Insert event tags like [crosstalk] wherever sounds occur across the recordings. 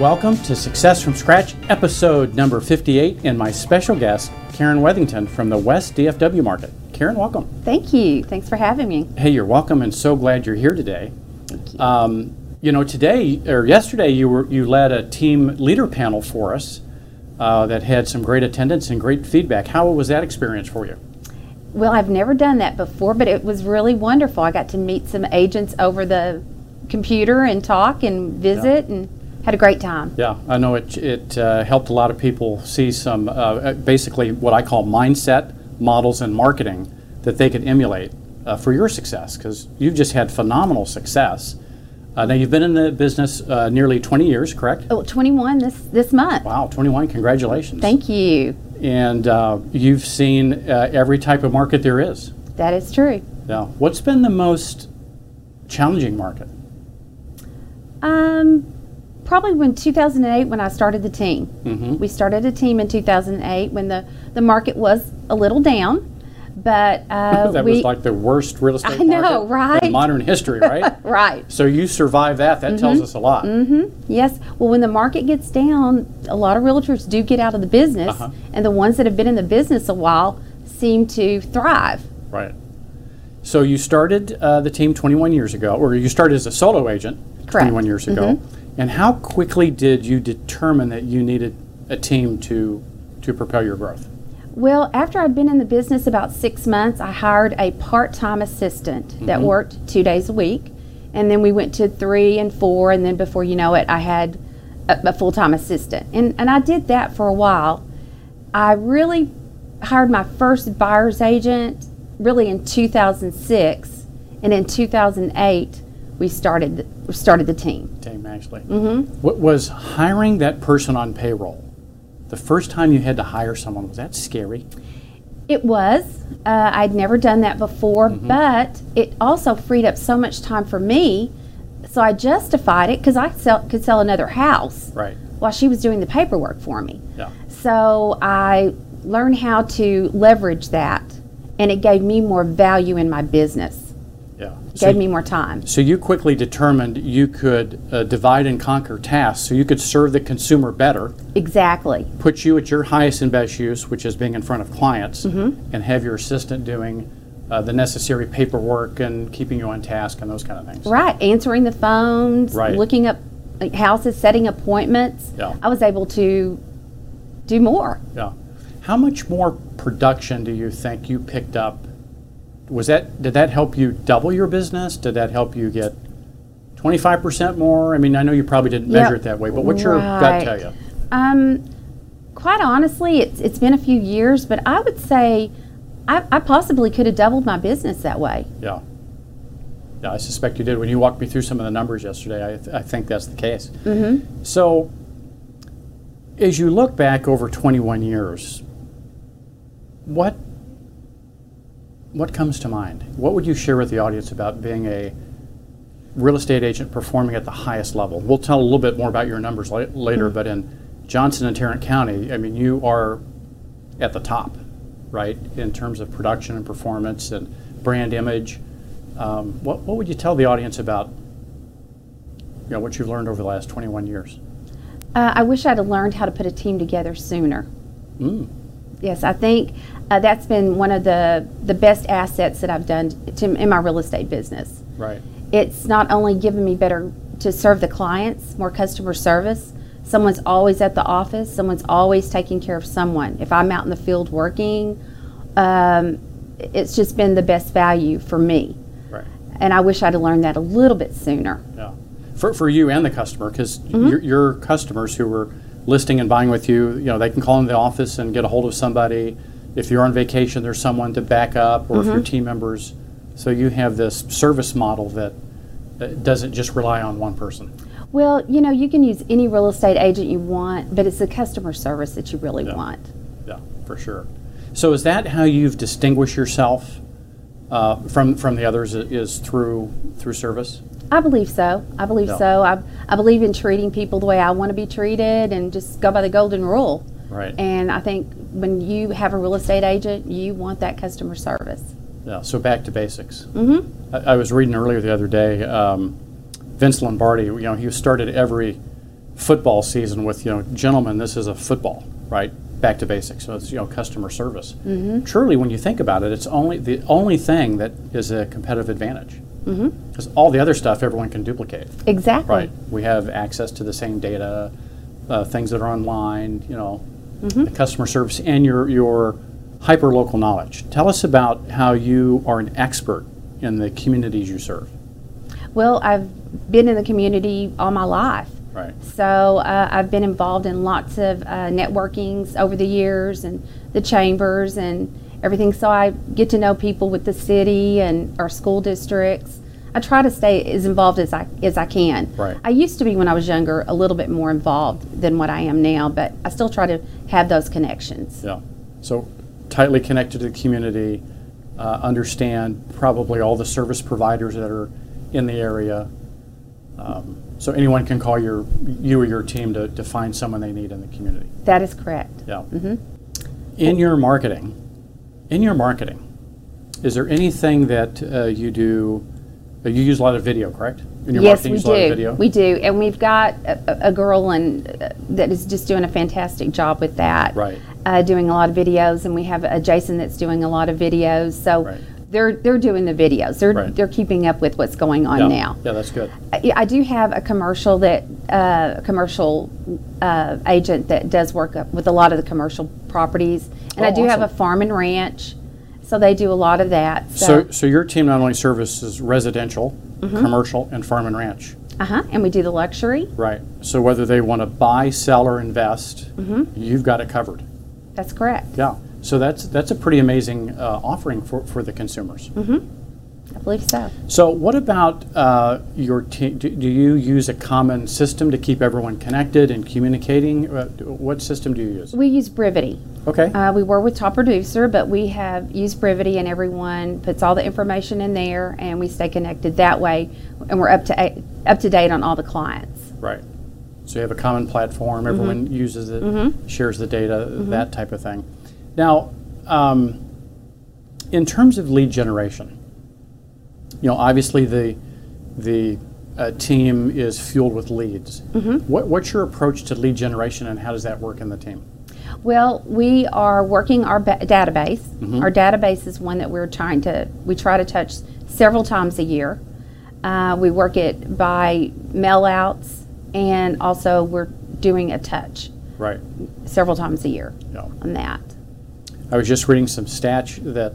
Welcome to Success from Scratch, episode number 58, and my special guest, Karen Wethington from the West DFW market. Karen, welcome. Thank you. Thanks for having me. Hey, you're welcome, and so glad you're here today. Thank you. Um, you know, today or yesterday, you were you led a team leader panel for us uh, that had some great attendance and great feedback. How was that experience for you? well, I've never done that before, but it was really wonderful. I got to meet some agents over the computer and talk and visit and had a great time. Yeah, I know it, it uh, helped a lot of people see some uh, uh, basically what I call mindset models in marketing that they could emulate uh, for your success because you've just had phenomenal success. Uh, now, you've been in the business uh, nearly 20 years, correct? Oh, 21 this this month. Wow, 21, congratulations. Thank you. And uh, you've seen uh, every type of market there is. That is true. Yeah. What's been the most challenging market? Um, probably when 2008 when I started the team. Mm-hmm. We started a team in 2008 when the the market was a little down, but uh, [laughs] That we was like the worst real estate [laughs] I know, market in right? Mm-hmm. modern history, [laughs] right? right. So you survive that. That tells us a lot. Yes. Well, when the market gets down, a lot of realtors do get out of the business, Uh-huh. and the ones that have been in the business a while seem to thrive. Right. So you started uh, the team 21 years ago, or you started as a solo agent Correct. Mm-hmm. 21 years ago. And how quickly did you determine that you needed a team to to propel your growth? Well, after I'd been in the business about six months, I hired a part time assistant that worked two days a week. And then we went to three and four. And then before you know it, I had a, a full time assistant. And, and I did that for a while. I really hired my first buyer's agent really in 2006. And in 2008, we started, the- we started the team. Team actually. Mm-hmm. What was hiring that person on payroll? The first time you had to hire someone was that scary? It was. Uh, I'd never done that before, Mm-hmm. but it also freed up so much time for me. So I justified it because I sell, could sell another house Right. while she was doing the paperwork for me. Yeah. So I learned how to leverage that, and it gave me more value in my business, Yeah. So, gave me more time. so you quickly determined you could uh, divide and conquer tasks, so you could serve the consumer better. Exactly. put you at your highest and best use, which is being in front of clients, Mm-hmm. and have your assistant doing uh, the necessary paperwork and keeping you on task and those kind of things. Right. Answering the phones, Right. looking up like, houses, setting appointments. Yeah. I was able to do more. Yeah. How much more production do you think you picked up? Was that did that help you double your business? Did that help you get 25% more? I mean, I know you probably didn't Yeah. measure it that way, but what's your gut tell Right. you? Um, quite honestly, it's it's been a few years, but I would say I, I possibly could have doubled my business that way. Yeah. Yeah, I suspect you did. When you walked me through some of the numbers yesterday, I, th- I think that's the case. Mm-hmm. So, as you look back over 21 years, what what comes to mind? What would you share with the audience about being a real estate agent performing at the highest level? We'll tell a little bit more about your numbers la- later, but in Johnson and Tarrant County, I mean, you are at the top, right, in terms of production and performance and brand image. Um, what, what would you tell the audience about you know, what you've learned over the last 21 years? Uh, I wish I'd have learned how to put a team together sooner. Yes, I think uh, that's been one of the the best assets that I've done to, in my real estate business. Right. It's not only given me better to serve the clients, more customer service. Someone's always at the office. Someone's always taking care of someone. If I'm out in the field working, um, it's just been the best value for me. Right. And I wish I'd have learned that a little bit sooner. Yeah. For, for you and the customer, because your, your customers who were listing and buying with you, you know, they can call in the office and get a hold of somebody. If you're on vacation, there's someone to back up, or if your team members. So you have this service model that uh, doesn't just rely on one person. Well, you know, you can use any real estate agent you want, but it's the customer service that you really want. Yeah, for sure. So is that how you've distinguished yourself uh, from from the others? i- Is through through service? I believe so. I believe Yeah. so. I, I believe in treating people the way I want to be treated and just go by the golden rule. Right. And I think when you have a real estate agent, you want that customer service. Yeah, so back to basics. Mm-hmm. I, I was reading earlier the other day. Um, Vince Lombardi, you know, he started every football season with, you know, gentlemen, this is a football, right? Back to basics. So it's you know customer service. Truly, when you think about it, it's only the only thing that is a competitive advantage. Because all the other stuff everyone can duplicate. Exactly. Right. We have access to the same data, uh, things that are online, you know, the customer service and your, your hyper local knowledge. Tell us about how you are an expert in the communities you serve. Well, I've been in the community all my life. Right. So uh, I've been involved in lots of uh, networkings over the years and the chambers and everything. So I get to know people with the city and our school districts. I try to stay as involved as I as I can. Right. I used to be when I was younger a little bit more involved than what I am now, but I still try to have those connections. Yeah. So tightly connected to the community, uh, understand probably all the service providers that are in the area. Um, so anyone can call your you or your team to, to find someone they need in the community. That is correct. Yeah. Mm-hmm. In your marketing, in your marketing, is there anything that uh, you do? uh, You use a lot of video, correct? In your yes, marketing, you we use a lot do. of video. We do, and we've got a, a a girl and uh, that is just doing a fantastic job with that. Right. Uh, doing a lot of videos, and we have a Jason that's doing a lot of videos. So Right. they're they're doing the videos. They're Right. they're keeping up with what's going on yeah. now. Yeah, that's good. I, I do have a commercial that uh, commercial uh, agent that does work up with a lot of the commercial properties, and I Oh, do have a awesome. farm and ranch, so they do a lot of that. So, so your team not only services residential, Mm-hmm. commercial, and farm and ranch, uh huh, and we do the luxury. right? So whether they want to buy, sell, or invest, Mm-hmm. you've got it covered. That's correct. Yeah. So that's that's a pretty amazing uh, offering for, for the consumers. I believe so. So what about uh, your team? Do, do you use a common system to keep everyone connected and communicating? Uh, d- what system do you use? We use Brivity. Okay. Uh, we were with Top Producer, but we have used Brivity, and everyone puts all the information in there, and we stay connected that way, and we're up to a- up to date on all the clients. Right. Mm-hmm. So you have a common platform, everyone uses it, shares the data, that type of thing. Now, um, in terms of lead generation, you know, obviously the the uh, team is fueled with leads. What, what's your approach to lead generation, and how does that work in the team? Well, we are working our ba- database. Mm-hmm. Our database is one that we're trying to, we try to touch several times a year. Uh, we work it by mail outs and also we're doing a touch Right. several times a year Yeah. on that. I was just reading some stats that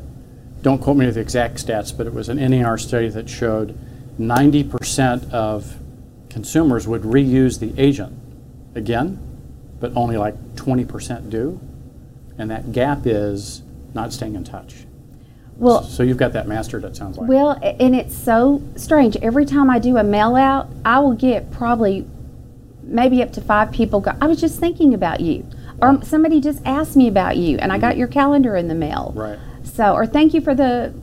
don't quote me to the exact stats, but it was an NER study that showed 90% of consumers would reuse the agent again, but only like 20% do. And that gap is not staying in touch. Well, So you've got that mastered, it sounds like. Well, a- and it's so strange. Every time I do a mail out, I will get probably maybe up to five people go, I was just thinking about you. Or somebody just asked me about you, and I got your calendar in the mail. Mm-hmm. Right. So, or thank you for the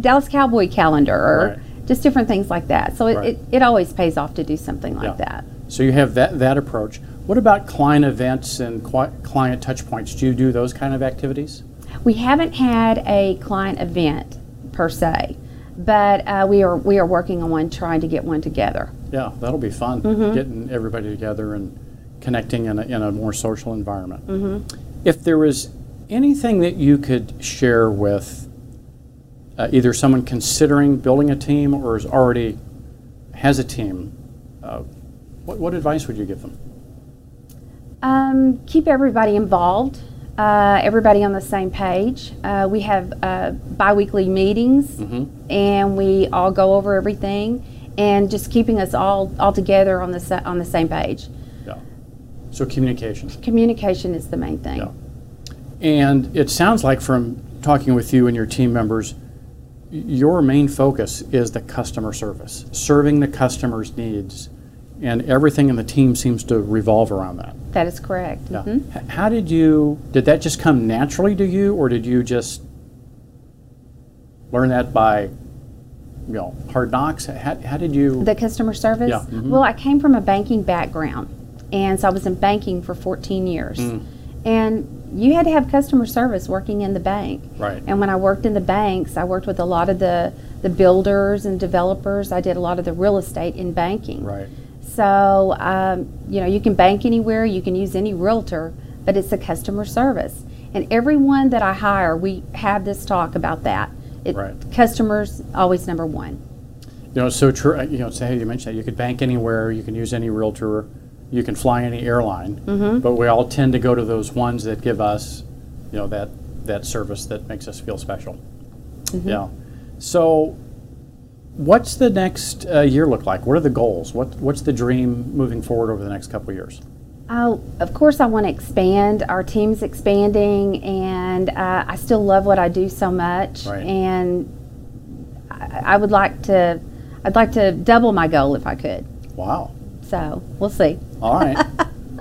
Dallas Cowboy calendar, or Right. just different things like that. So, it, Right. it, it always pays off to do something like Yeah. that. So you have that, that approach. What about client events and qui- client touch points? Do you do those kind of activities? We haven't had a client event per se, but uh, we, are, we are working on one, trying to get one together. Yeah, that'll be fun. Getting everybody together and connecting in a, in a more social environment. If there was anything that you could share with uh, either someone considering building a team or is already has a team, uh, what, what advice would you give them? Um, keep everybody involved, uh, everybody on the same page. Uh, we have uh, bi weekly meetings Mm-hmm. and we all go over everything and just keeping us all, all together on the, sa- on the same page. Yeah. So communication. Communication is the main thing. Yeah. And it sounds like from talking with you and your team members, y- your main focus is the customer service, serving the customer's needs, and everything in the team seems to revolve around that. That is correct. Yeah. Mhm. H- How did you, did that just come naturally to you, or did you just learn that by, you know, hard knocks? How, how did you, The customer service? Yeah, mhm. Well, I Mm. came from a banking background, and so I was in banking for 14 years. And you had to have customer service working in the bank. Right. And when I worked in the banks, I worked with a lot of the, the builders and developers. I did a lot of the real estate in banking. Right. So, um, you know, you can bank anywhere, you can use any realtor, but it's a customer service. And everyone that I hire, we have this talk about that. It, Right. Customers always number one. You know, it's so true. uh, You know, say you mentioned that you could bank anywhere, you can use any realtor, you can fly any airline. But we all tend to go to those ones that give us, you know, that that service that makes us feel special. Yeah. So, what's the next uh, year look like? What are the goals? What What's the dream moving forward over the next couple of years? I, of course, I want to expand. Our team's expanding, and uh, I still love what I do so much. Right. And I, I would like to, I'd like to double my goal if I could. Wow. So we'll see. All right.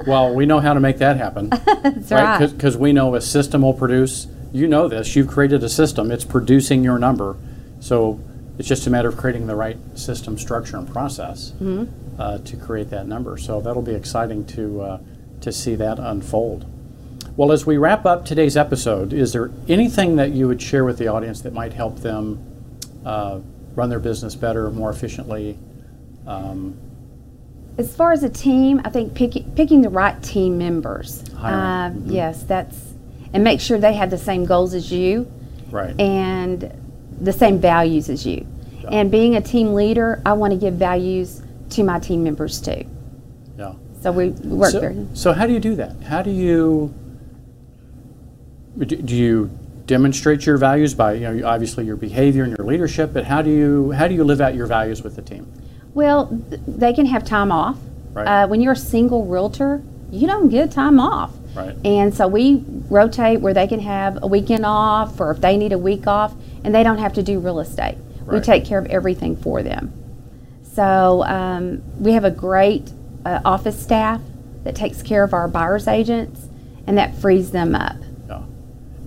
well, we know how to make that happen. [laughs] That's right. Because we know a system will produce, you know this, you've created a system, it's producing your number. So it's just a matter of creating the right system, structure, and process Mm-hmm. uh, to create that number. So that'll be exciting to, uh, to see that unfold. Well, as we wrap up today's episode, is there anything that you would share with the audience that might help them uh, run their business better, more efficiently? Um, As far as a team, I think picking picking the right team members. Hiring. Mm-hmm. Uh, Yes, that's and make sure they have the same goals as you right. and the same values as you. And being a team leader, I want to give values to my team members too. yeah. So we work very. So, so how do you do that? How do you do, do you demonstrate your values by you know obviously your behavior and your leadership, but how do you how do you live out your values with the team? Well, th- they can have time off. Right. Uh, when you're a single realtor, you don't get time off. Right. And so we rotate where they can have a weekend off, or if they need a week off, and they don't have to do real estate. We Right. take care of everything for them. So um, we have a great uh, office staff that takes care of our buyers agents, and that frees them up. Yeah.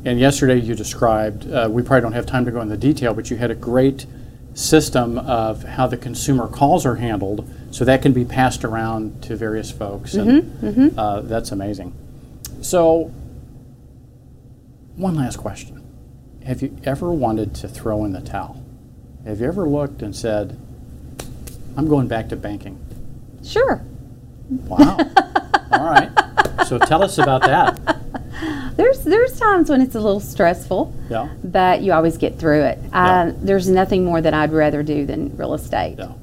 And yesterday you described uh, we probably don't have time to go into detail, but you had a great system of how the consumer calls are handled, so that can be passed around to various folks, and Uh, that's amazing. So, one last question. Have you ever wanted to throw in the towel? Have you ever looked and said, I'm going back to banking? Sure. Wow. All right. So tell us about that. There's there's times when it's a little stressful. Yeah. But you always get through it. Yeah. Uh, there's nothing more that I'd rather do than real estate. No.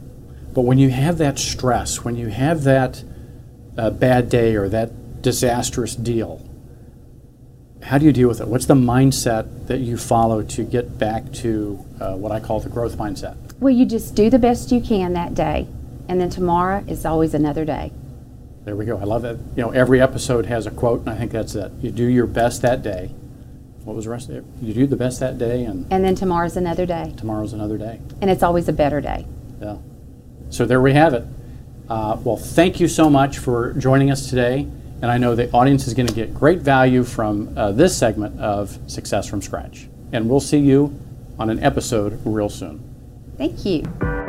But when you have that stress, when you have that uh, bad day or that disastrous deal, how do you deal with it? What's the mindset that you follow to get back to uh, what I call the growth mindset? Well, you just do the best you can that day, and then tomorrow is always another day. There we go. I love that. You know, every episode has a quote, and I think that's it. You do your best that day. What was the rest of it? You do the best that day, and And then tomorrow's another day, tomorrow's another day. and it's always a better day. Yeah. So there we have it. Uh, well, thank you so much for joining us today. And I know the audience is going to get great value from uh, this segment of Success from Scratch. And we'll see you on an episode real soon. Thank you.